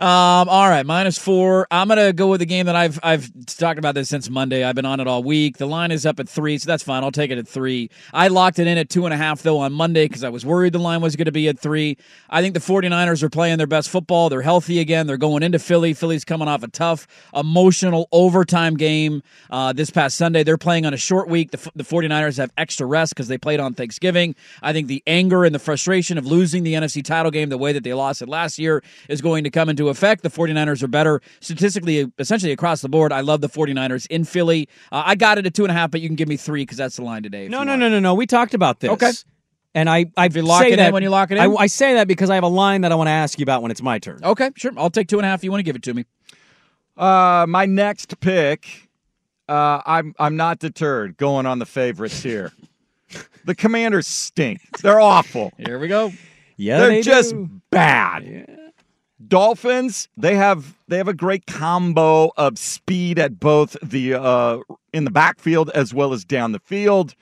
Speaker 2: Um, all right, minus four. I'm gonna go with a game that I've I've talked about this since Monday. I've been on it all week. The line is up at three, so that's fine. I'll take it at three. I locked it in at two and a half though on Monday because I was worried the line was gonna be at three. I think the 49ers are playing their best football. They're healthy again. They're going into Philly. Philly's coming off a tough, emotional overtime game uh, this past Sunday. They're playing on a short week. The, the 49ers have extra rest because they played on Thanksgiving. I think the anger and the frustration of losing the NFC title game the way that they lost it last year is going to come into effect. The 49ers are better statistically, essentially across the board. I love the 49ers in Philly. Uh, I got it at two and a half, but you can give me three because that's the line today. if
Speaker 3: No,
Speaker 2: you
Speaker 3: no,
Speaker 2: want.
Speaker 3: no, no, no. We talked about this.
Speaker 2: Okay.
Speaker 3: And I, I say
Speaker 2: lock it in
Speaker 3: that
Speaker 2: when you lock it in? Oh,
Speaker 3: I, I say that because I have a line that I want to ask you about when it's my turn.
Speaker 2: Okay, sure. I'll take two and a half. if You want to give it to me?
Speaker 4: Uh, my next pick, uh, I'm I'm not deterred going on the favorites here. the Commanders stink. They're awful.
Speaker 2: Here we go.
Speaker 3: Yeah,
Speaker 4: they're
Speaker 3: they
Speaker 4: just
Speaker 3: do.
Speaker 4: bad. Dolphins, they have they have a great combo of speed at both the uh, in the backfield as well as down the field.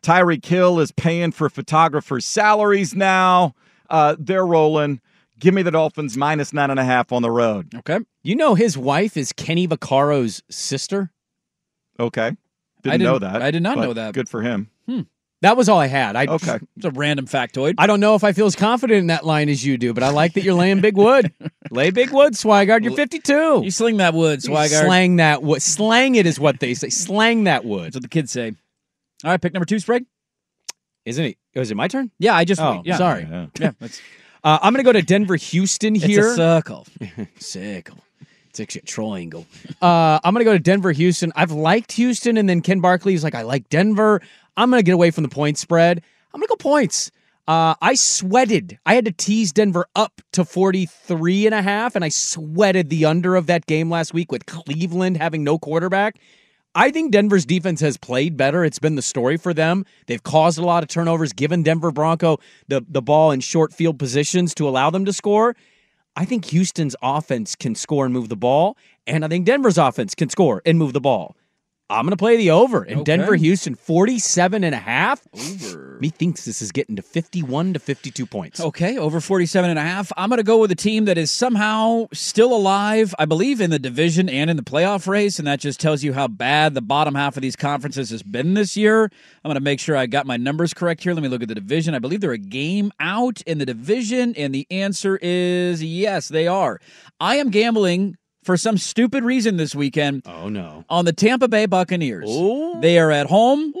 Speaker 4: Tyreek Hill is paying for photographers' salaries now. Uh, they're rolling. Give me the Dolphins minus nine and a half on the road.
Speaker 2: Okay.
Speaker 3: You know his wife is Kenny Vaccaro's sister.
Speaker 4: Okay. Didn't,
Speaker 3: I
Speaker 4: know
Speaker 3: didn't-
Speaker 4: that.
Speaker 3: I did not
Speaker 4: but
Speaker 3: know that.
Speaker 4: Good for him.
Speaker 3: That was all I had. I,
Speaker 4: Okay.
Speaker 2: It's a random factoid.
Speaker 3: I don't know if I feel as confident in that line as you do, but I like that you're laying big
Speaker 4: [LAUGHS]
Speaker 3: wood. Lay big wood, Swigard. You're 52.
Speaker 2: You sling that wood, Swigard.
Speaker 3: Slang that wood. Slang it is what they say. Slang that wood.
Speaker 2: That's what the kids say. All right, pick number two, Sprague.
Speaker 3: Isn't it? Was it my turn?
Speaker 2: Yeah, I just.
Speaker 3: Oh,
Speaker 2: yeah.
Speaker 3: sorry.
Speaker 2: Yeah, that's,
Speaker 3: Uh, I'm going to go to Denver, Houston
Speaker 2: it's
Speaker 3: here.
Speaker 2: a circle.
Speaker 3: circle. It's actually a triangle. Uh, I'm going to go to Denver, Houston. I've liked Houston, and then Ken Barkley's like, I like Denver. I'm going to get away from the point spread. I'm going to go points. Uh, I sweated. I had to tease Denver up to 43 and a half, and I sweated the under of that game last week with Cleveland having no quarterback. I think Denver's defense has played better. It's been the story for them. They've caused a lot of turnovers, given Denver Bronco the, the ball in short field positions to allow them to score. I think Houston's offense can score and move the ball, and I think Denver's offense can score and move the ball. I'm going to play the over in
Speaker 2: Okay.
Speaker 3: Denver Houston 47 and a half.
Speaker 2: Over. Oh,
Speaker 3: Me thinks this is getting to 51 to 52 points.
Speaker 2: Okay, over 47 and a half. I'm going to go with a team that is somehow still alive, I believe, in the division and in the playoff race, and that just tells you how bad the bottom half of these conferences has been this year. I'm going to make sure I got my numbers correct here. Let me look at the division. I believe they're a game out in the division, and the answer is yes, they are. I am gambling for some stupid reason this weekend
Speaker 3: Oh no.
Speaker 2: on the Tampa Bay Buccaneers. They are at home.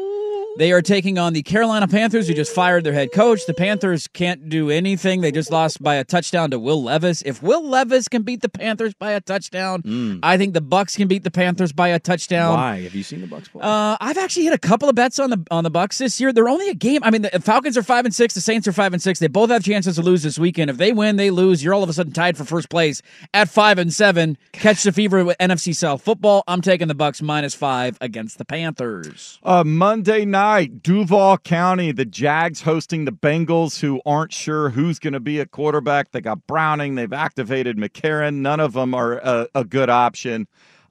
Speaker 2: They are taking on the Carolina Panthers, who just fired their head coach. The Panthers can't do anything. They just lost by a touchdown to Will Levis. If Will Levis can beat the Panthers by a touchdown, I think the Bucks can beat the Panthers by a touchdown.
Speaker 3: Why? Have you seen the Bucks play?
Speaker 2: Uh, I've actually hit a couple of bets on the on the Bucks this year. They're only a game. I mean, the Falcons are five and six. The Saints are five and six. They both have chances to lose this weekend. If they win, they lose. You're all of a sudden tied for first place at five and seven. Catch the fever with NFC South football. I'm taking the Bucks minus five against the Panthers.
Speaker 4: Uh, Monday night, Duval County, the Jags hosting the Bengals, who aren't sure who's going to be a quarterback. They got Browning, they've activated McCarron. None of them are a, a good option.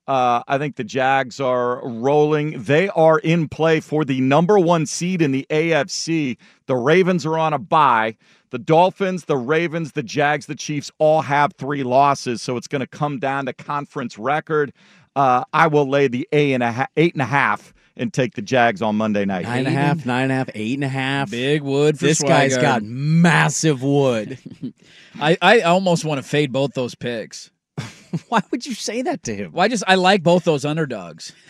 Speaker 4: Uh, I think the Jags are rolling. They are in play for the number one seed in the AFC. The Ravens are on a bye. The Dolphins, the Ravens, the Jags, the Chiefs all have three losses, so it's going to come down to conference record. Uh, I will lay the a and a ha- eight and a half and take the Jags on Monday night.
Speaker 3: Nine and a half, nine and a half, eight and a half.
Speaker 2: Big wood for
Speaker 3: This guy's
Speaker 2: Swigard.
Speaker 3: got massive wood.
Speaker 2: I, I almost want to fade both those picks.
Speaker 3: [LAUGHS] Why would you say that to him?
Speaker 2: Well, I just I like both those underdogs. [LAUGHS]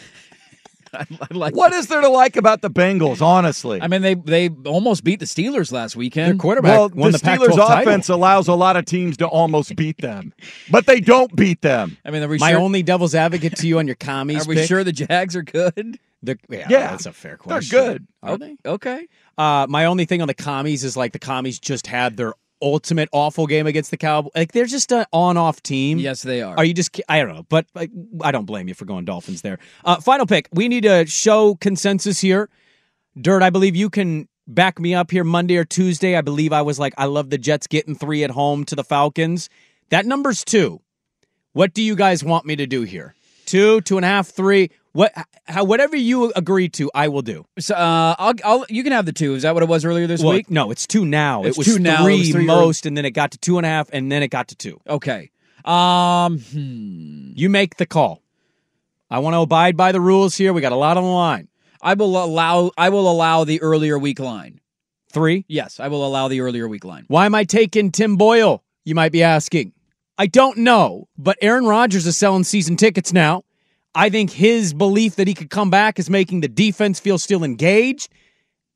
Speaker 2: I, I like.
Speaker 4: What is there to like about the Bengals, honestly?
Speaker 2: I mean, they they almost beat the Steelers last weekend.
Speaker 3: Their quarterback
Speaker 4: well,
Speaker 3: won
Speaker 4: the,
Speaker 3: the, Pac-12
Speaker 4: Steelers
Speaker 3: title.
Speaker 4: offense allows a lot of teams to almost beat them, but they don't beat them.
Speaker 2: I mean, are we
Speaker 3: My
Speaker 2: sure,
Speaker 3: only devil's advocate to you
Speaker 4: [LAUGHS]
Speaker 3: on your commies.
Speaker 2: are we
Speaker 3: pick?
Speaker 2: sure the Jags are good?
Speaker 3: The- yeah,
Speaker 4: Yeah.
Speaker 3: that's a fair
Speaker 4: They're
Speaker 3: question.
Speaker 4: good.
Speaker 3: Are they?
Speaker 2: Okay.
Speaker 3: Uh, my only thing on the commies is like the commies just had their ultimate awful game against the Cowboys. Like they're just an on-off team.
Speaker 2: Yes, they are.
Speaker 3: Are you just? ki- I don't know, but like, I don't blame you for going Dolphins there. Uh, final pick. We need to show consensus here. Dirt, I believe you can back me up here Monday or Tuesday. I believe I was like, I love the Jets getting three at home to the Falcons. That number's two. What do you guys want me to do here? Two, two and a half, three. What, how, whatever you agree to, I will do.
Speaker 2: So, uh, I'll, I'll, you can have the two. Is that what it was earlier this
Speaker 3: Well,
Speaker 2: week?
Speaker 3: No, it's two now.
Speaker 2: It's
Speaker 3: it was
Speaker 2: two
Speaker 3: three
Speaker 2: now. It was three
Speaker 3: most, and then it got to two and a half, and then it got to two.
Speaker 2: Okay. Um,
Speaker 3: You make the call. I want to abide by the rules here. We got a lot on the line.
Speaker 2: I will allow. I will allow the earlier week line.
Speaker 3: Three.
Speaker 2: Yes, I will allow the earlier week line.
Speaker 3: Why am I taking Tim Boyle? You might be asking. I don't know, but Aaron Rodgers is selling season tickets now. I think his belief that he could come back is making the defense feel still engaged.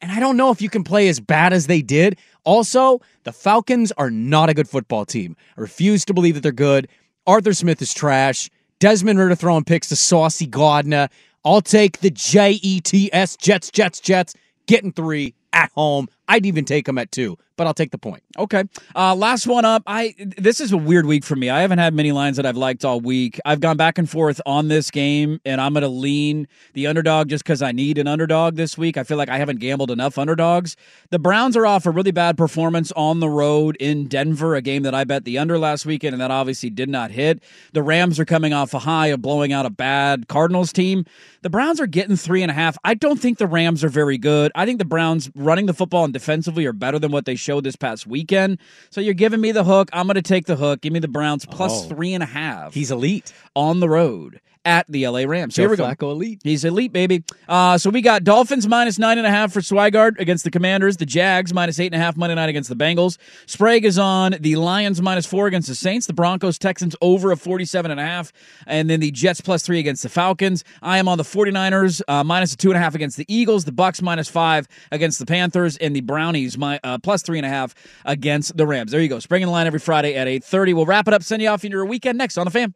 Speaker 3: And I don't know if you can play as bad as they did. Also, the Falcons are not a good football team. I refuse to believe that they're good. Arthur Smith is trash. Desmond Ritter throwing picks to Saucy Gardner. I'll take the J E T S Jets, Jets, Jets, getting three at home. I'd even take them at two, but I'll take the point.
Speaker 2: Okay. Uh, last one up. I this is a weird week for me. I haven't had many lines that I've liked all week. I've gone back and forth on this game, and I'm going to lean the underdog just because I need an underdog this week. I feel like I haven't gambled enough underdogs. The Browns are off a really bad performance on the road in Denver, a game that I bet the under last weekend, and that obviously did not hit. The Rams are coming off a high of blowing out a bad Cardinals team. The Browns are getting three and a half. I don't think the Rams are very good. I think the Browns running the football and defensively are better than what they showed this past weekend. So you're giving me the hook. I'm going to take the hook. Give me the Browns plus
Speaker 3: Oh.
Speaker 2: three and a half
Speaker 3: He's elite.
Speaker 2: on the road at the LA Rams. So
Speaker 3: Joe
Speaker 2: here we go.
Speaker 3: Flacco elite.
Speaker 2: He's elite, baby. Uh, so we got Dolphins minus nine and a half for Swigard against the Commanders. The Jags minus eight and a half Monday night against the Bengals. Sprague is on the Lions minus four against the Saints. The Broncos, Texans over a 47 and a half. And then the Jets plus three against the Falcons. I am on the 49ers uh, minus a two and a half against the Eagles. The Bucks minus five against the Panthers. And the Brownies my, uh, plus three and a half against the Rams. There you go. Spring in line every Friday at 8.30. We'll wrap it up. Send you off into your weekend next on The Fam.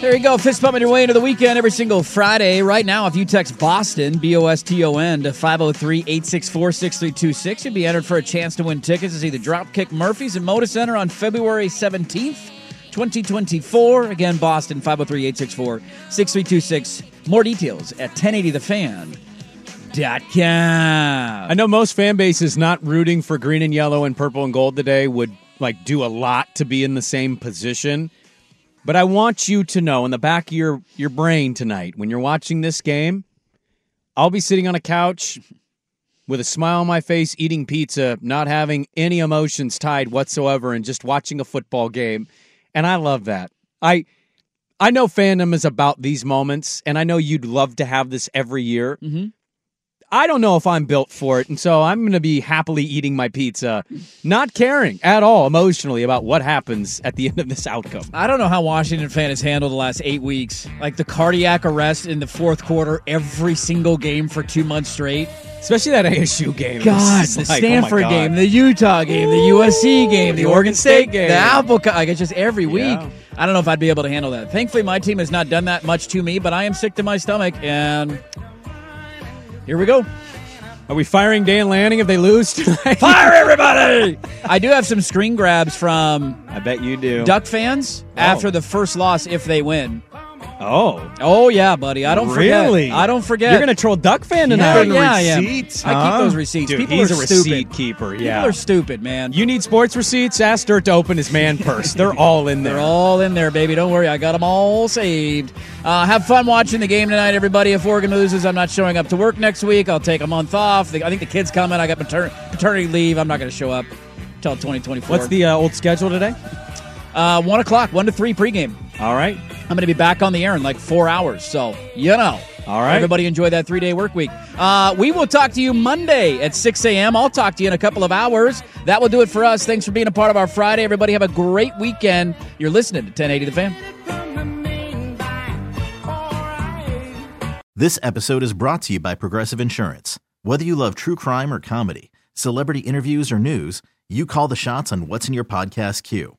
Speaker 2: There you go. Fist pumping your way into the weekend every single Friday. Right now, if you text Boston, B O S T O N, to 503 864 6326, you'll be entered for a chance to win tickets to see the Dropkick Murphys at Moda Center on February 17th, 2024. Again, Boston, 503 864 6326. More details at 1080thefan.com.
Speaker 3: I know most fan bases not rooting for green and yellow and purple and gold today would like do a lot to be in the same position. But I want you to know in the back of your, your brain tonight, when you're watching this game, I'll be sitting on a couch with a smile on my face, eating pizza, not having any emotions tied whatsoever, and just watching a football game. And I love that. I I know fandom is about these moments, and I know you'd love to have this every year.
Speaker 2: Mhm.
Speaker 3: I don't know if I'm built for it, and so I'm going to be happily eating my pizza, not caring at all emotionally about what happens at the [LAUGHS] end of this outcome.
Speaker 2: I don't know how Washington fan has handled the last eight weeks. Like the cardiac arrest in the fourth quarter every single game for two months straight.
Speaker 3: Especially that ASU game.
Speaker 2: God,
Speaker 3: It's
Speaker 2: the
Speaker 3: like, oh my
Speaker 2: Stanford
Speaker 3: God.
Speaker 2: game, the Utah game, the USC game, the Oregon State game, the Apple Cup. Like it's just every week.
Speaker 3: Yeah.
Speaker 2: I don't know if I'd be able to handle that. Thankfully, my team has not done that much to me, but I am sick to my stomach. And here we go.
Speaker 3: Are we firing Dan Lanning if they lose [LAUGHS] tonight?
Speaker 2: Fire everybody! I do have some screen grabs from
Speaker 3: I bet you do.
Speaker 2: Duck fans after the first loss if they win.
Speaker 3: Oh.
Speaker 2: Oh yeah, buddy. I don't
Speaker 3: Really?
Speaker 2: forget. I don't forget.
Speaker 3: You're gonna troll Duck fan tonight.
Speaker 2: Yeah, yeah, I am. I keep
Speaker 3: huh?
Speaker 2: those receipts.
Speaker 3: Dude,
Speaker 2: People
Speaker 3: he's
Speaker 2: are
Speaker 3: a
Speaker 2: stupid.
Speaker 3: receipt keeper. Yeah.
Speaker 2: People are stupid, man.
Speaker 3: You need sports receipts? Ask Dirt to open his man purse. They're all in there.
Speaker 2: They're all in there, baby. Don't worry. I got them all saved. Uh, have fun watching the game tonight, everybody. If Oregon loses, I'm not showing up to work next week. I'll take a month off. The- I think the kid's coming. I got pater- paternity leave. I'm not going to show up until 2024.
Speaker 3: What's the uh, old schedule today?
Speaker 2: uh, 1 o'clock, 1 to 3 pregame?
Speaker 3: All right.
Speaker 2: I'm going to be back on the air in like four hours. So, you know.
Speaker 3: All right.
Speaker 2: Everybody enjoy that three day work week. Uh, we will talk to you Monday at 6 a.m. I'll talk to you in a couple of hours. That will do it for us. Thanks for being a part of our Friday. Everybody have a great weekend. You're listening to 1080 The Fan.
Speaker 6: This episode is brought to you by Progressive Insurance. Whether you love true crime or comedy, celebrity interviews or news, you call the shots on what's in your podcast queue.